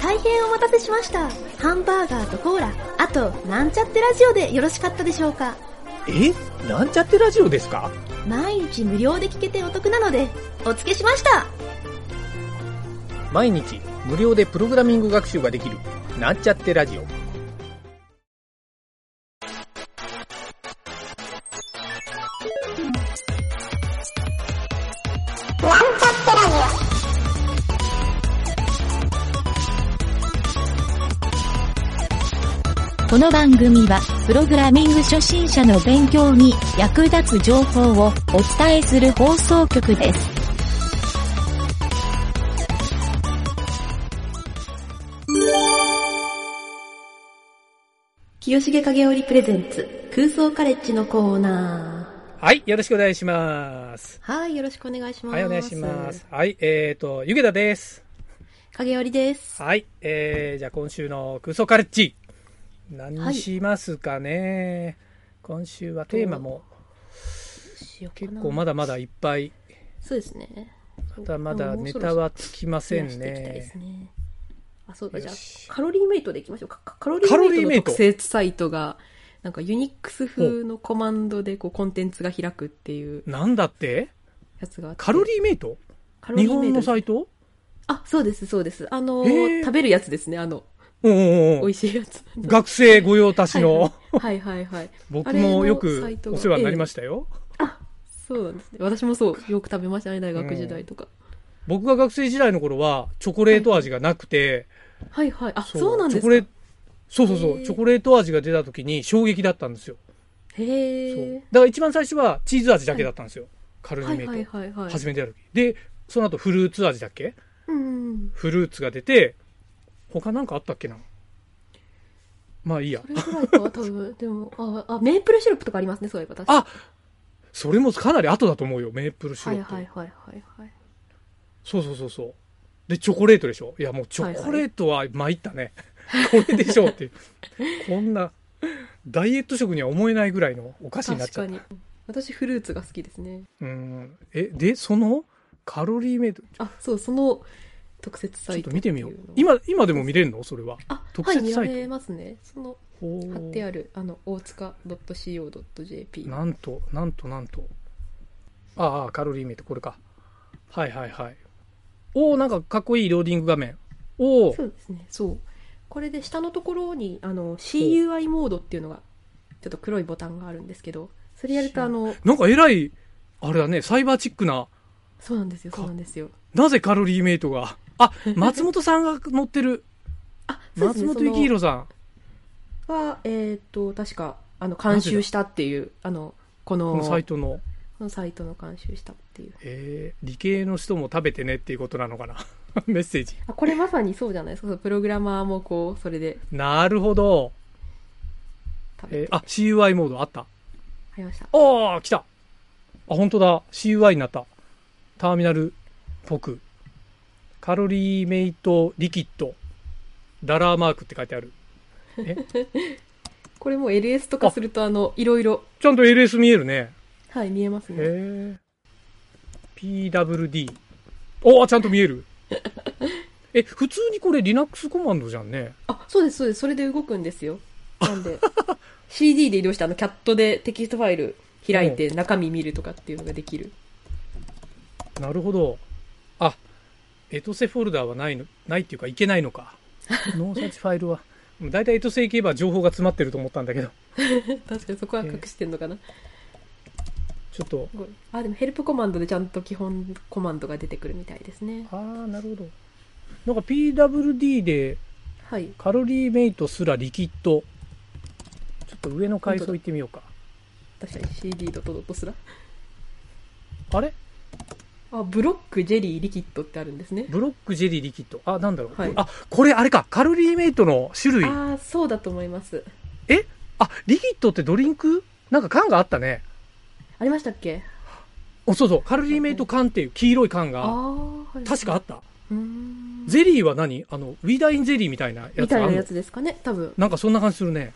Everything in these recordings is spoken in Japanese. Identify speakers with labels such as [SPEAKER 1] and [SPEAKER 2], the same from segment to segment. [SPEAKER 1] 大変お待たせしました。ハンバーガーとコーラ、あと、なんちゃってラジオでよろしかったでしょうか。
[SPEAKER 2] えなんちゃってラジオですか
[SPEAKER 1] 毎日無料で聞けてお得なので、お付けしました。
[SPEAKER 2] 毎日無料でプログラミング学習ができるなんちゃってラジオ
[SPEAKER 3] この番組は、プログラミング初心者の勉強に役立つ情報をお伝えする放送局です。
[SPEAKER 1] 清重影織プレゼンツ、空想カレッジのコーナ
[SPEAKER 2] はいよろしくお願いします
[SPEAKER 1] ー。はい、よろしくお願いします。
[SPEAKER 2] はいお願いします。はいえーとゆげたです
[SPEAKER 1] 影織です。
[SPEAKER 2] はいえー、じゃあ今週の空想カレッジ何にしますかね、今週はテーマも
[SPEAKER 1] しようかな
[SPEAKER 2] 結構まだまだいっぱい
[SPEAKER 1] そうですね。
[SPEAKER 2] まだまだ
[SPEAKER 1] もう
[SPEAKER 2] ネ
[SPEAKER 1] そろそろ
[SPEAKER 2] タはつきません
[SPEAKER 1] 増やしていきたいで
[SPEAKER 2] ね
[SPEAKER 1] すね。あ、そうだ、じゃあ
[SPEAKER 2] よし、
[SPEAKER 1] カロリーメイトでいきましょうか。かカロリ
[SPEAKER 2] カロリ
[SPEAKER 1] ー
[SPEAKER 2] ーメ
[SPEAKER 1] メ
[SPEAKER 2] イ
[SPEAKER 1] イ
[SPEAKER 2] ト
[SPEAKER 1] トの特設サイトが、なんかユニックス風のコマンドでこうコンテンツが開くっていう
[SPEAKER 2] なんだって
[SPEAKER 1] やつがあって。
[SPEAKER 2] カロリーメイト
[SPEAKER 1] カロリ
[SPEAKER 2] 日
[SPEAKER 1] ーメイ
[SPEAKER 2] 本
[SPEAKER 1] ト
[SPEAKER 2] の
[SPEAKER 1] です
[SPEAKER 2] サイト
[SPEAKER 1] あ、そうです、そうです。あの
[SPEAKER 2] へー
[SPEAKER 1] ー食べるやつですね、あの、
[SPEAKER 2] うんうんうん
[SPEAKER 1] 美味しいやつ。
[SPEAKER 2] 学生御用達の、
[SPEAKER 1] はいはいはい。
[SPEAKER 2] 僕
[SPEAKER 1] あれ
[SPEAKER 2] も
[SPEAKER 1] の
[SPEAKER 2] よ
[SPEAKER 1] サ
[SPEAKER 2] く
[SPEAKER 1] イトが
[SPEAKER 2] お世話になりましたよ、
[SPEAKER 1] そうなんですね。私もそう、よく食べましたね、大学時代とか。
[SPEAKER 2] 僕が学生時代の頃はチョコレート味がなくて、
[SPEAKER 1] はいはい。あ、そうなんで
[SPEAKER 2] チ
[SPEAKER 1] す
[SPEAKER 2] ョコレ
[SPEAKER 1] か。
[SPEAKER 2] そうそうそ
[SPEAKER 1] へ
[SPEAKER 2] う
[SPEAKER 1] ー
[SPEAKER 2] チョコレート味が出た時に衝撃だったんですよ、
[SPEAKER 1] へ
[SPEAKER 2] そう
[SPEAKER 1] え。
[SPEAKER 2] だから一番最初はチーズ味だけだったんですよ、カルニ
[SPEAKER 1] は
[SPEAKER 2] メイ
[SPEAKER 1] い
[SPEAKER 2] ト、
[SPEAKER 1] はいはいはい。
[SPEAKER 2] 初めてやる時でその後フルーツ味だっけ
[SPEAKER 1] うん。
[SPEAKER 2] フルーツが出て他なんかあったっけなまあいいや
[SPEAKER 1] それぐらいか、多分。でも、あ、あ、メープルシロップとかありますね、そういえば。確か
[SPEAKER 2] あそれもかなり後だと思うよメープルシロ
[SPEAKER 1] は
[SPEAKER 2] ッ
[SPEAKER 1] い
[SPEAKER 2] プ、
[SPEAKER 1] はいはいはいはい。
[SPEAKER 2] そうそうそうそう。で、チョコレートでしょいや、もうチョコレートは参ったね。 これでしょうっていう。こんな、ダイエット食には思えないぐらいのお菓子になっ
[SPEAKER 1] 確
[SPEAKER 2] ちゃっ
[SPEAKER 1] か
[SPEAKER 2] た。
[SPEAKER 1] に。私、フルーツが好きですね。
[SPEAKER 2] うん。え、で、そのカロリーメイト、
[SPEAKER 1] あ、そう、その特設サ
[SPEAKER 2] ちょっ
[SPEAKER 1] イト
[SPEAKER 2] と
[SPEAKER 1] ってい
[SPEAKER 2] 見
[SPEAKER 1] のが。
[SPEAKER 2] てみよう。今、今でも見れるのそれは。
[SPEAKER 1] あ、
[SPEAKER 2] 特設サイト
[SPEAKER 1] はい、見られますね。その、
[SPEAKER 2] ほー
[SPEAKER 1] 貼ってある、あの、大塚 .co.jp。
[SPEAKER 2] なんと、なんと、なんと。ああ、カロリーメイト、これか。はいはいはい。おおなんかかっこいいローディング画面。おお
[SPEAKER 1] そうですね、そう。これで下のところに、あの、CUI モードっていうのが、ちょっと黒いボタンがあるんですけど、それやると、あの、
[SPEAKER 2] なんかえらい、あれだね、サイバーチックな
[SPEAKER 1] そうなんですよ、そうなんですよ。
[SPEAKER 2] なぜカロリーメイトが。 あ、松本さんが乗ってる。
[SPEAKER 1] あ、そうです
[SPEAKER 2] 松
[SPEAKER 1] ね、
[SPEAKER 2] 本幸
[SPEAKER 1] その
[SPEAKER 2] 宏さん。
[SPEAKER 1] は、えっ、と、確か、あの、監修したっていう、あの、この、
[SPEAKER 2] この
[SPEAKER 1] こ
[SPEAKER 2] サイトの。
[SPEAKER 1] のサイトの監修したっていう。
[SPEAKER 2] えー、理系の人も食べてねっていうことなのかな。 メッセージ。
[SPEAKER 1] あこれまさにそうじゃないですかそうプログラマーもこうそれで
[SPEAKER 2] なるほど。
[SPEAKER 1] 食べ
[SPEAKER 2] え
[SPEAKER 1] て
[SPEAKER 2] ー、あ、CUI モードあった。
[SPEAKER 1] ありました
[SPEAKER 2] おー、来た。あ、本当だ。CUI になった。ターミナルっぽく。カロリーメイトリキッド。ダラーマークって書いてある。
[SPEAKER 1] これも LS とかするとあのいろいろ
[SPEAKER 2] ちゃんと LS 見えるね。
[SPEAKER 1] はい見えますね
[SPEAKER 2] へえ PWD おおちゃんと見えるえ普通にこれ Linux コマンドじゃんね
[SPEAKER 1] あそうですそうですそれで動くんですよなんで CD で移動してあのキャットでテキストファイル開いて中身見るとかっていうのができる
[SPEAKER 2] なるほどあエトセフォルダーはないのないっていうかいけないのかノーサーチファイルはだいたいエトセ行けば情報が詰まってると思ったんだけど
[SPEAKER 1] 確かにそこは隠してんのかな、
[SPEAKER 2] ちょっと
[SPEAKER 1] すごいあでもヘルプコマンドでちゃんと基本コマンドが出てくるみたいですね
[SPEAKER 2] ああなるほどなんか PWD で
[SPEAKER 1] はい
[SPEAKER 2] カロリーメイトすらリキッドちょっと上の階層行ってみようか
[SPEAKER 1] 確かに CD ドットドットすら
[SPEAKER 2] あれ
[SPEAKER 1] あブロックジェリーリキッドってあるんですね
[SPEAKER 2] ブロックジェリーリキッドあなんだろう、
[SPEAKER 1] はい
[SPEAKER 2] あこれあれかカロリーメイトの種類あ
[SPEAKER 1] ああそうだと思います
[SPEAKER 2] リキッドってドリンクなんか缶があったね
[SPEAKER 1] ありましたっけ
[SPEAKER 2] おそうそうカロリーメイト缶っていう黄色い缶
[SPEAKER 1] あ
[SPEAKER 2] が
[SPEAKER 1] あ、はい、
[SPEAKER 2] 確かあった
[SPEAKER 1] うーん
[SPEAKER 2] ゼリーは何あのウィダインゼリーみたいなや
[SPEAKER 1] み
[SPEAKER 2] つ
[SPEAKER 1] た
[SPEAKER 2] あ
[SPEAKER 1] い
[SPEAKER 2] る
[SPEAKER 1] な
[SPEAKER 2] の
[SPEAKER 1] やつですかね多分
[SPEAKER 2] なんかそんな感じするね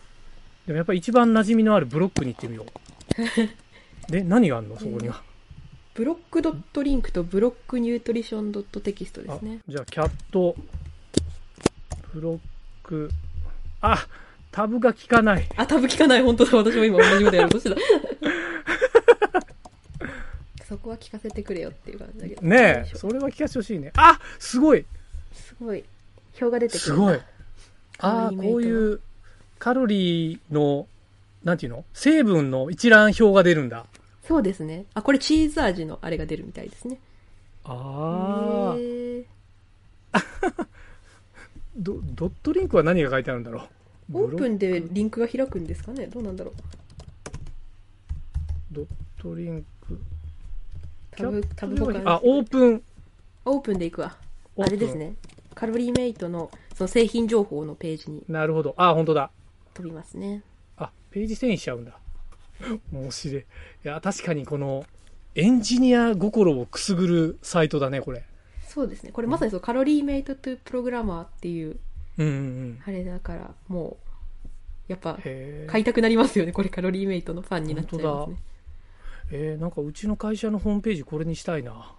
[SPEAKER 2] でもやっぱり一番馴染みのあるブロックに行ってみよ うで何があるのそこには、
[SPEAKER 1] ブロックドットリンクとブロックニュートリションドットテキストですね
[SPEAKER 2] あじゃあキャットブロック、あ、タブが効かない。
[SPEAKER 1] あ、タブ聞かない、本当だ。私も今同じことやろうとしてた。 そこは聞かせてくれよっていう感じだけど。
[SPEAKER 2] ねえ、
[SPEAKER 1] す
[SPEAKER 2] それは聞かせてほしいね。あ、すごい
[SPEAKER 1] ごい。表が出てくる。
[SPEAKER 2] すごい。ああ、
[SPEAKER 1] カロリーメイト
[SPEAKER 2] こういうカロリーの、なんていうの成分の一覧表が出るんだ。
[SPEAKER 1] そうですね。あ、これチーズ味のあれが出るみたいですね。
[SPEAKER 2] ああ
[SPEAKER 1] へ、ー
[SPEAKER 2] どドットリンクは何が書いてあるんだろう
[SPEAKER 1] オープン
[SPEAKER 2] ブロ
[SPEAKER 1] で
[SPEAKER 2] ック
[SPEAKER 1] リンクが開くんですかねどうなんだろう。
[SPEAKER 2] ドットリンク。
[SPEAKER 1] タブ
[SPEAKER 2] キャッ、プ
[SPEAKER 1] タブとか。
[SPEAKER 2] あ、オープン。
[SPEAKER 1] オープンでいくわ。
[SPEAKER 2] オープン
[SPEAKER 1] あれですね。カロリーメイトのその製品情報のページに
[SPEAKER 2] なるほど。あ、本当だ。
[SPEAKER 1] 飛びますね。
[SPEAKER 2] あ、ページ遷移しちゃうんだ。 面白い。いや、確かにこの、エンジニア心をくすぐるサイトだね、これ。
[SPEAKER 1] そうですね。これまさにそう、カロリーメイトトゥプログラマーっていう、
[SPEAKER 2] うんうんうん。
[SPEAKER 1] あれだから、もう、やっぱ、
[SPEAKER 2] へ
[SPEAKER 1] 買いたくなりますよね。これカロリーメイトのファンになっちゃいます
[SPEAKER 2] 本
[SPEAKER 1] ね。
[SPEAKER 2] えー、なんかうちの会社のホームページこれにしたい な。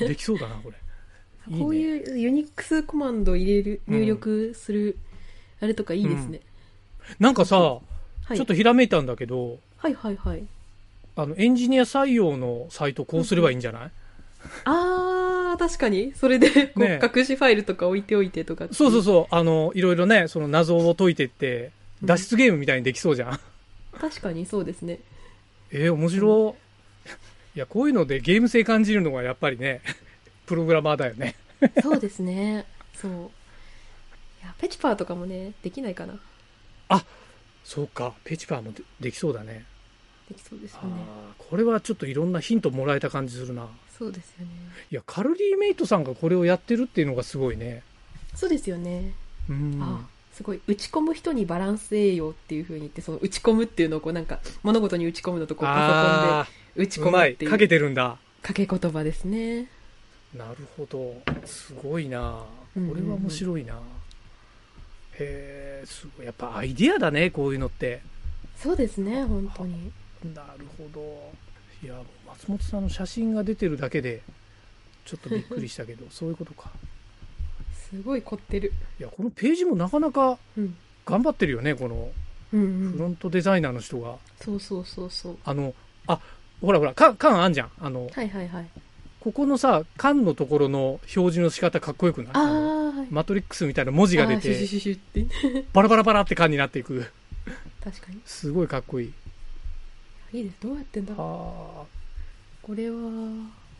[SPEAKER 2] できそうだな、 これ。いいね
[SPEAKER 1] こういうユニックスコマンド入れる、
[SPEAKER 2] うん
[SPEAKER 1] 入力する、あれとかいいですね。
[SPEAKER 2] なんかさ、
[SPEAKER 1] はい。
[SPEAKER 2] ちょっとひらめいたんだけど、
[SPEAKER 1] はいはいはい。
[SPEAKER 2] あの、エンジニア採用のサイトこうすればいいんじゃない、
[SPEAKER 1] あー、確かに。それで、こう
[SPEAKER 2] ね
[SPEAKER 1] 隠しファイルとか置いておいてとか。
[SPEAKER 2] そうそう
[SPEAKER 1] う。
[SPEAKER 2] そう。あの、いろいろね、その謎を解いてって、脱出ゲームみたいにできそうじゃん。
[SPEAKER 1] 確かにそうですね。
[SPEAKER 2] えー、面白い。いや、こういうのでゲーム性感じるのがやっぱりね、 プログラマーだよね。
[SPEAKER 1] そうですね。そう。いや、ペチパーとかもね、できないかな。
[SPEAKER 2] そうか、ペチパーもでできそうだね。
[SPEAKER 1] できそうですよ
[SPEAKER 2] あ
[SPEAKER 1] ね。
[SPEAKER 2] あこれはちょっといろんなヒントもらえた感じするな。
[SPEAKER 1] そうですよね。
[SPEAKER 2] いや、カロリーメイトさんがこれをやってるっていうのがすごいね。
[SPEAKER 1] そうですよね。
[SPEAKER 2] うん。
[SPEAKER 1] あすごい。打ち込む人にバランス栄養っていう風に言って、その打ち込むっていうのをこうなんか、物事に打ち込むのとこうパ
[SPEAKER 2] あ
[SPEAKER 1] ソコンで打ち
[SPEAKER 2] ー
[SPEAKER 1] 込
[SPEAKER 2] うま
[SPEAKER 1] むっ
[SPEAKER 2] い。
[SPEAKER 1] ていう。
[SPEAKER 2] かけてるんだ。
[SPEAKER 1] かけ言葉ですね。
[SPEAKER 2] なるほど。すごいな。こ
[SPEAKER 1] うんうんうん
[SPEAKER 2] れは面白いな。へえ、すごい。やっぱアイディアだね、こういうのって。
[SPEAKER 1] そうですね、本当に。
[SPEAKER 2] なるほど。いや、松本さんの写真が出てるだけで、ちょっとびっくりしたけ ど、そういうことか。
[SPEAKER 1] すごい凝ってる。
[SPEAKER 2] いや、このページもなかなか
[SPEAKER 1] うん。
[SPEAKER 2] 頑張ってるよね、この
[SPEAKER 1] うん
[SPEAKER 2] フ
[SPEAKER 1] うん。
[SPEAKER 2] ロントデザイナーの人が。
[SPEAKER 1] そうそうそうそう。
[SPEAKER 2] あの、あ、ほらほら、缶、缶あんじゃん。あの、
[SPEAKER 1] はいはいはい。
[SPEAKER 2] ここのさ、缶のところの表示の仕方かっこよくない
[SPEAKER 1] あ
[SPEAKER 2] あの
[SPEAKER 1] ー、はい。
[SPEAKER 2] マトリックスみたいな文字が出
[SPEAKER 1] あーシ
[SPEAKER 2] て、
[SPEAKER 1] ュシュシュシュって。
[SPEAKER 2] バラバラバラって缶になっていく。
[SPEAKER 1] 確かに。
[SPEAKER 2] すごいかっこいい。
[SPEAKER 1] いいです。どうやってんだろう
[SPEAKER 2] あ
[SPEAKER 1] これは、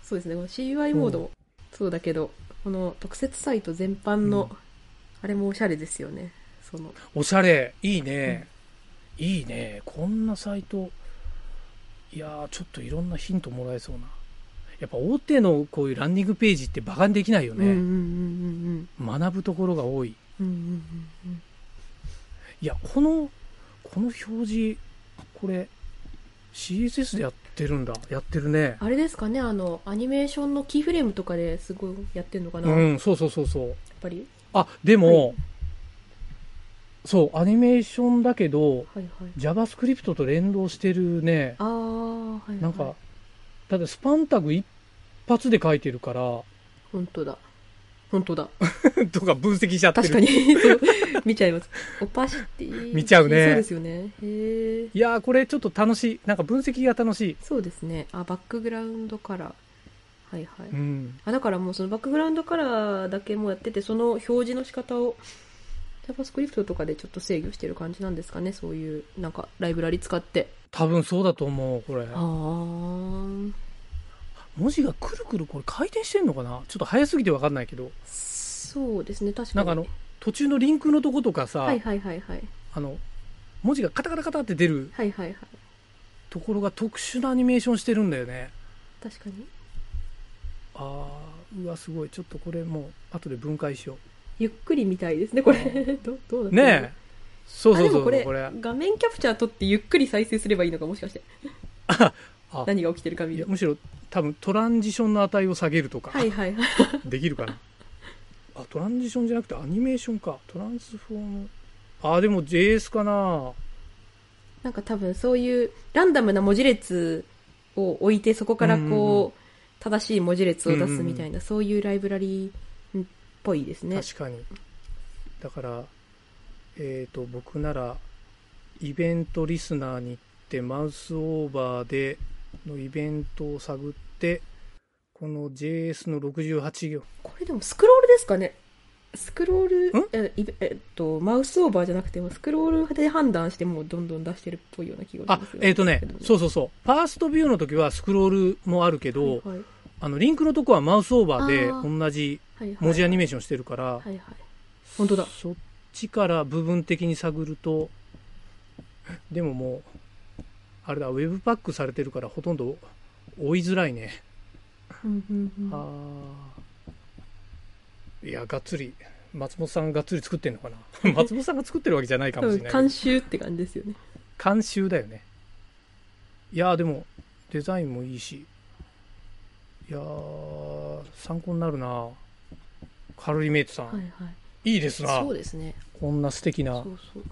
[SPEAKER 1] そうですね、この CUI モードもそうだけど、この特設サイト全般の、
[SPEAKER 2] うん
[SPEAKER 1] あれもおしゃれですよね。その、
[SPEAKER 2] ーおしゃれ。いいね。いいね。こんなサイト。いやー、ちょっといろんなヒントもらえそうな。やっぱ大手のこういうランディングページってバカにできないよ
[SPEAKER 1] うんうんうん
[SPEAKER 2] ね。学ぶところが多い。
[SPEAKER 1] うんうん。うんうんうんうん。
[SPEAKER 2] いや、この、この表示、これ、CSS でやってるんだ。やってるね。
[SPEAKER 1] あれですかね、あの、アニメーションのキーフレームとかですごいやってんのかな、
[SPEAKER 2] う
[SPEAKER 1] やっ
[SPEAKER 2] ん、そうそうそうそう。
[SPEAKER 1] ぱり。
[SPEAKER 2] あ、でも、
[SPEAKER 1] は
[SPEAKER 2] そう、アニメーションだけど、
[SPEAKER 1] はいはい。
[SPEAKER 2] JavaScript と連動してるね。
[SPEAKER 1] あー、はい、はい。
[SPEAKER 2] なんか、だってスパンタグ一発で書いてるから、
[SPEAKER 1] 本当だ。本当だ。
[SPEAKER 2] とか分析しちゃってる。
[SPEAKER 1] 確かに、そう見ちゃいます。オパシティ。
[SPEAKER 2] 見ちゃうね
[SPEAKER 1] そうですよね。へえ。
[SPEAKER 2] いやー、これちょっと楽しい。なんか分析が楽しい。
[SPEAKER 1] そうですね。あ、バックグラウンドカラー。はいはい。
[SPEAKER 2] うん。
[SPEAKER 1] あだからもうそのバックグラウンドカラーだけもやってて、その表示の仕方を JavaScript とかでちょっと制御してる感じなんですかね、そういうなんかライブラリ使って。
[SPEAKER 2] 多分そうだと思う、これ。
[SPEAKER 1] あー
[SPEAKER 2] 文字がくるくるこれ回転してんのかなちょっと早すぎてわかんないけど。
[SPEAKER 1] そうですね、確
[SPEAKER 2] な
[SPEAKER 1] か
[SPEAKER 2] ん
[SPEAKER 1] に。
[SPEAKER 2] かあの、途中のリンクのとことかさ、
[SPEAKER 1] はいはいはいはい。
[SPEAKER 2] あの、文字がカタカタカタって出る
[SPEAKER 1] はいはいはい。
[SPEAKER 2] ところが特殊なアニメーションしてるんだよね。
[SPEAKER 1] 確かに。
[SPEAKER 2] ああ、うわ、すごい。ちょっとこれもう、後で分解しよ
[SPEAKER 1] ゆっくり見たいですね、これ。 どどう
[SPEAKER 2] う。
[SPEAKER 1] なってるの
[SPEAKER 2] ねえ。そうそうそ
[SPEAKER 1] あ、で
[SPEAKER 2] う、
[SPEAKER 1] も
[SPEAKER 2] こ
[SPEAKER 1] こ
[SPEAKER 2] れ。
[SPEAKER 1] れ、画面キャプチャー取ってゆっくり再生すればいいのか、もしかして。
[SPEAKER 2] あ
[SPEAKER 1] 何が起きてるか見
[SPEAKER 2] いや
[SPEAKER 1] る。
[SPEAKER 2] むしろ、多分トランジションの値を下げるとか、
[SPEAKER 1] はいはいはい。
[SPEAKER 2] できるかな。 あ、トランジションじゃなくてアニメーションか。トランスフォーム。あー、でも JS かな。
[SPEAKER 1] なんか多分そういうランダムな文字列を置いてそこからこ
[SPEAKER 2] う
[SPEAKER 1] う、
[SPEAKER 2] んうんうん
[SPEAKER 1] 正しい文字列を出すみたいな、そういうライブラリーっぽいですね。
[SPEAKER 2] 確かに。だから、えっ、と、僕なら、イベントリスナーに行って、マウスオーバーでのイベントを探って、この JS の68行、
[SPEAKER 1] これでもスクロールですかねスクロール
[SPEAKER 2] ん
[SPEAKER 1] えいえっとマウスオーバーじゃなくてもスクロールで判断してもうどんどん出してるっぽいような気が
[SPEAKER 2] あ
[SPEAKER 1] します、
[SPEAKER 2] えっ、とね、そうそうそう、ファーストビューの時はスクロールもあるけど、
[SPEAKER 1] はいはい
[SPEAKER 2] あの、リンクのとこはマウスオーバ
[SPEAKER 1] あ
[SPEAKER 2] ー
[SPEAKER 1] ー
[SPEAKER 2] で同じ
[SPEAKER 1] はいはい
[SPEAKER 2] 文字アニメーションしてるから、
[SPEAKER 1] はいはい本当だ
[SPEAKER 2] そっちから部分的に探ると、でももう、あれだ、ウェブパックされてるからほとんど追いづらいね。
[SPEAKER 1] うんうんうん
[SPEAKER 2] あーいや、がっつり、松本さんがっつり作ってんのかな。 松本さんが作ってるわけじゃないかもしれな
[SPEAKER 1] 監
[SPEAKER 2] い。
[SPEAKER 1] 修って感じですよね
[SPEAKER 2] 監修だよね。いやー、でも、デザインもいいし、いやー、参考になるなカロリーメイトさん、
[SPEAKER 1] はいはい
[SPEAKER 2] いいですな
[SPEAKER 1] そうですね
[SPEAKER 2] こんな素敵
[SPEAKER 1] そ
[SPEAKER 2] な
[SPEAKER 1] うそう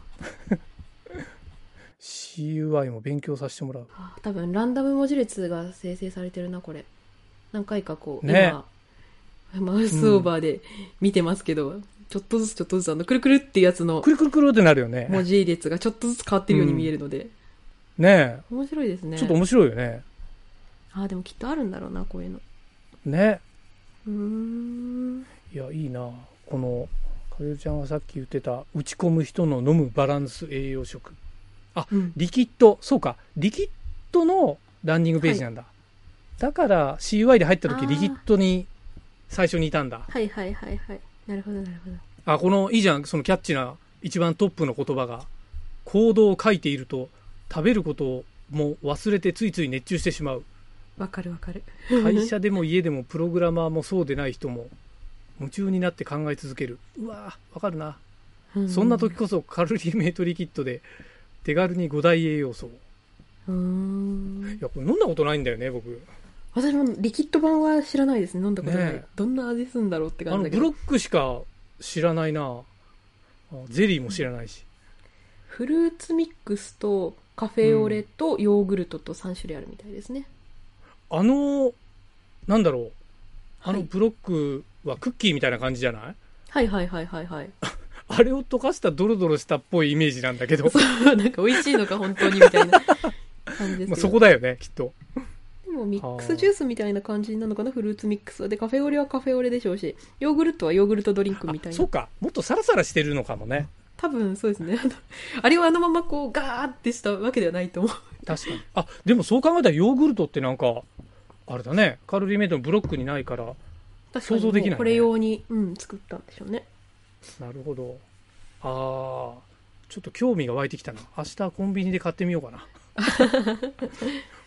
[SPEAKER 2] CUI も勉強させてもらう。
[SPEAKER 1] あ多分ランダム文字列が生成されてるなこれ何回かこう、
[SPEAKER 2] ね
[SPEAKER 1] 今マウスオーバーで見てますけど、ちょっとずつちょっとずつあのくるくるっていうやつの
[SPEAKER 2] くるくるくるってなるよね。
[SPEAKER 1] 文字列がちょっとずつ変わってるように見えるので、
[SPEAKER 2] ね
[SPEAKER 1] 面白いです
[SPEAKER 2] え、
[SPEAKER 1] ね
[SPEAKER 2] ちょっと面白いよね。
[SPEAKER 1] あーでもきっとあるんだろうなこういうの
[SPEAKER 2] ね
[SPEAKER 1] うーん
[SPEAKER 2] いや、いいなこの、かよちゃんがさっき言ってた、打ち込む人の飲むバランス栄養食。
[SPEAKER 1] うん
[SPEAKER 2] リキッド、そうか、リキッドのランニングページなんだ。だから、CUI で入った
[SPEAKER 1] あー
[SPEAKER 2] 時、リキッドに最初にいたんだ。
[SPEAKER 1] はいはいはいはいなるほどなるほど
[SPEAKER 2] あ、この、いいじゃん、そのキャッチな、一番トップの言葉が、行動を書いていると、食べることも忘れてついつい熱中してし まう。
[SPEAKER 1] わかるわかる
[SPEAKER 2] 会社でも家でもプログラマーもそうでない人も夢中になって考え続けるうわーわかるな、そんな時こそカロリーメイトリキッドで手軽に5大栄養素を
[SPEAKER 1] うーん
[SPEAKER 2] いやこれ飲んだことないんだよね僕
[SPEAKER 1] 私もリキッド版は知らないですね飲んだことな
[SPEAKER 2] ね
[SPEAKER 1] い、
[SPEAKER 2] え
[SPEAKER 1] どんな味するんだろうって
[SPEAKER 2] あ
[SPEAKER 1] 感
[SPEAKER 2] の
[SPEAKER 1] じだけ
[SPEAKER 2] ブ
[SPEAKER 1] ど
[SPEAKER 2] ロックしか知らないなあゼリーも知らないし
[SPEAKER 1] フルーツミックスとカフェオレとヨーグルトと3種類あるみたいですね、
[SPEAKER 2] あのなんだろうあ
[SPEAKER 1] は
[SPEAKER 2] の
[SPEAKER 1] い
[SPEAKER 2] ブロックはクッキーみたいな感じじゃない
[SPEAKER 1] はいはいはいはいはい
[SPEAKER 2] あれを溶かしたドロドロしたっぽいイメージなんだけど、
[SPEAKER 1] そうなんか美味しいのか本当にみたいな感じですけど、
[SPEAKER 2] まあ、そこだよねきっと
[SPEAKER 1] でもミックスジュースみたいな感じなのかなフルーツミックスはでカフェオレはカフェオレでしょうしヨーグルトはヨーグルトドリンクみた
[SPEAKER 2] あ
[SPEAKER 1] い
[SPEAKER 2] そ
[SPEAKER 1] な
[SPEAKER 2] うかもっとサラサラしてるのかもね
[SPEAKER 1] 多分そうですね あれはあのままこうガーってしたわけではないと思う
[SPEAKER 2] 確かに。あ、でもそう考えたらヨーグルトってなんか、あれだね、カロリーメイトのブロックにないから、
[SPEAKER 1] 確か
[SPEAKER 2] 想
[SPEAKER 1] に
[SPEAKER 2] 像できないね
[SPEAKER 1] もうこれ用に、うん、作ったんでしょうね
[SPEAKER 2] なるほど。あー、ちょっと興味が湧いてきたな。明日コンビニで買ってみようか な。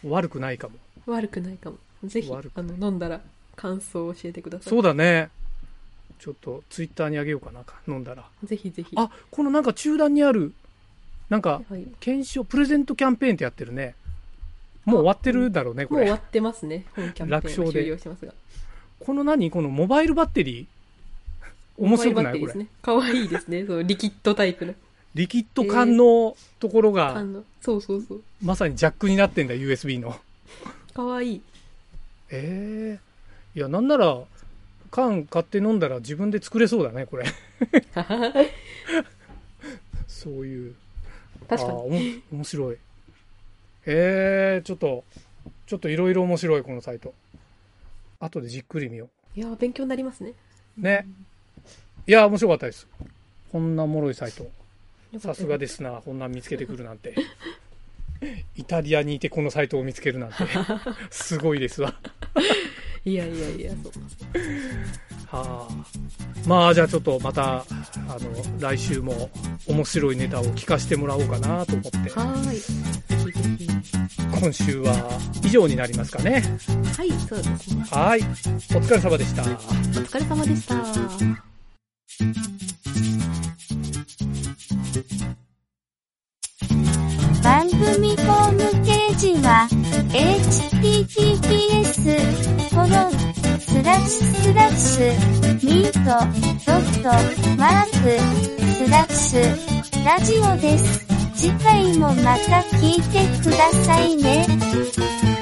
[SPEAKER 2] 悪くないかも。
[SPEAKER 1] 悪くないかもぜひ
[SPEAKER 2] 悪く
[SPEAKER 1] あの飲んだら感想を教えてくださ
[SPEAKER 2] そうだね。ちょっとツイッターにあげようかな、飲んだら。
[SPEAKER 1] いぜひぜひ
[SPEAKER 2] あ、このなんか中段にある、なんか、
[SPEAKER 1] はい、も
[SPEAKER 2] 検証、プレゼントキャンペーンってやってるね。もう終わってるだろうね、
[SPEAKER 1] う
[SPEAKER 2] こ
[SPEAKER 1] 終わ
[SPEAKER 2] れ。
[SPEAKER 1] ってますね本キャンペ
[SPEAKER 2] 楽
[SPEAKER 1] ーン
[SPEAKER 2] 勝
[SPEAKER 1] は
[SPEAKER 2] で
[SPEAKER 1] 終了してますが
[SPEAKER 2] この何このモバイルバッテリー面白くない
[SPEAKER 1] モバイ
[SPEAKER 2] こ
[SPEAKER 1] ル
[SPEAKER 2] れ
[SPEAKER 1] バッテリーです。ね可愛いですねそうリキッドタイプの
[SPEAKER 2] リキッド缶のところ
[SPEAKER 1] あ
[SPEAKER 2] が、
[SPEAKER 1] のそうそうそう
[SPEAKER 2] まさにジャックになってんだ、USB の。
[SPEAKER 1] 可愛い
[SPEAKER 2] ええいや、なんなら、缶買って飲んだら自分で作れそうだね、 これ。そういう。
[SPEAKER 1] 確か
[SPEAKER 2] あー
[SPEAKER 1] に
[SPEAKER 2] おも面白い。ええちょっと、ちょっといろいろ面白い、このサイト。後でじっくり見よ
[SPEAKER 1] いやー勉強になりますね
[SPEAKER 2] う。ね。いや、面白かったです。こんなもろいサイト。
[SPEAKER 1] よか
[SPEAKER 2] さ
[SPEAKER 1] った
[SPEAKER 2] すがですな、こんなん見つけてくるなん て。イタリアにいてこのサイトを見つけるなんて、すごいですわ。
[SPEAKER 1] いやいやいやそう
[SPEAKER 2] はあ、まあじゃあちょっとまたあの来週も面白いネタを聞かせてもらおうかなと思って
[SPEAKER 1] はーいぜひぜひ
[SPEAKER 2] 今週は以上になりますかね
[SPEAKER 1] はいそうですね
[SPEAKER 2] はいお疲れ様でした。
[SPEAKER 1] お疲れ様でした
[SPEAKER 4] 番組ホームページは、https, コロン、スラッシュスラッシュ、ミート、ドット、マーク、スラッシュ、ラジオです。次回もまた聞いてくださいね。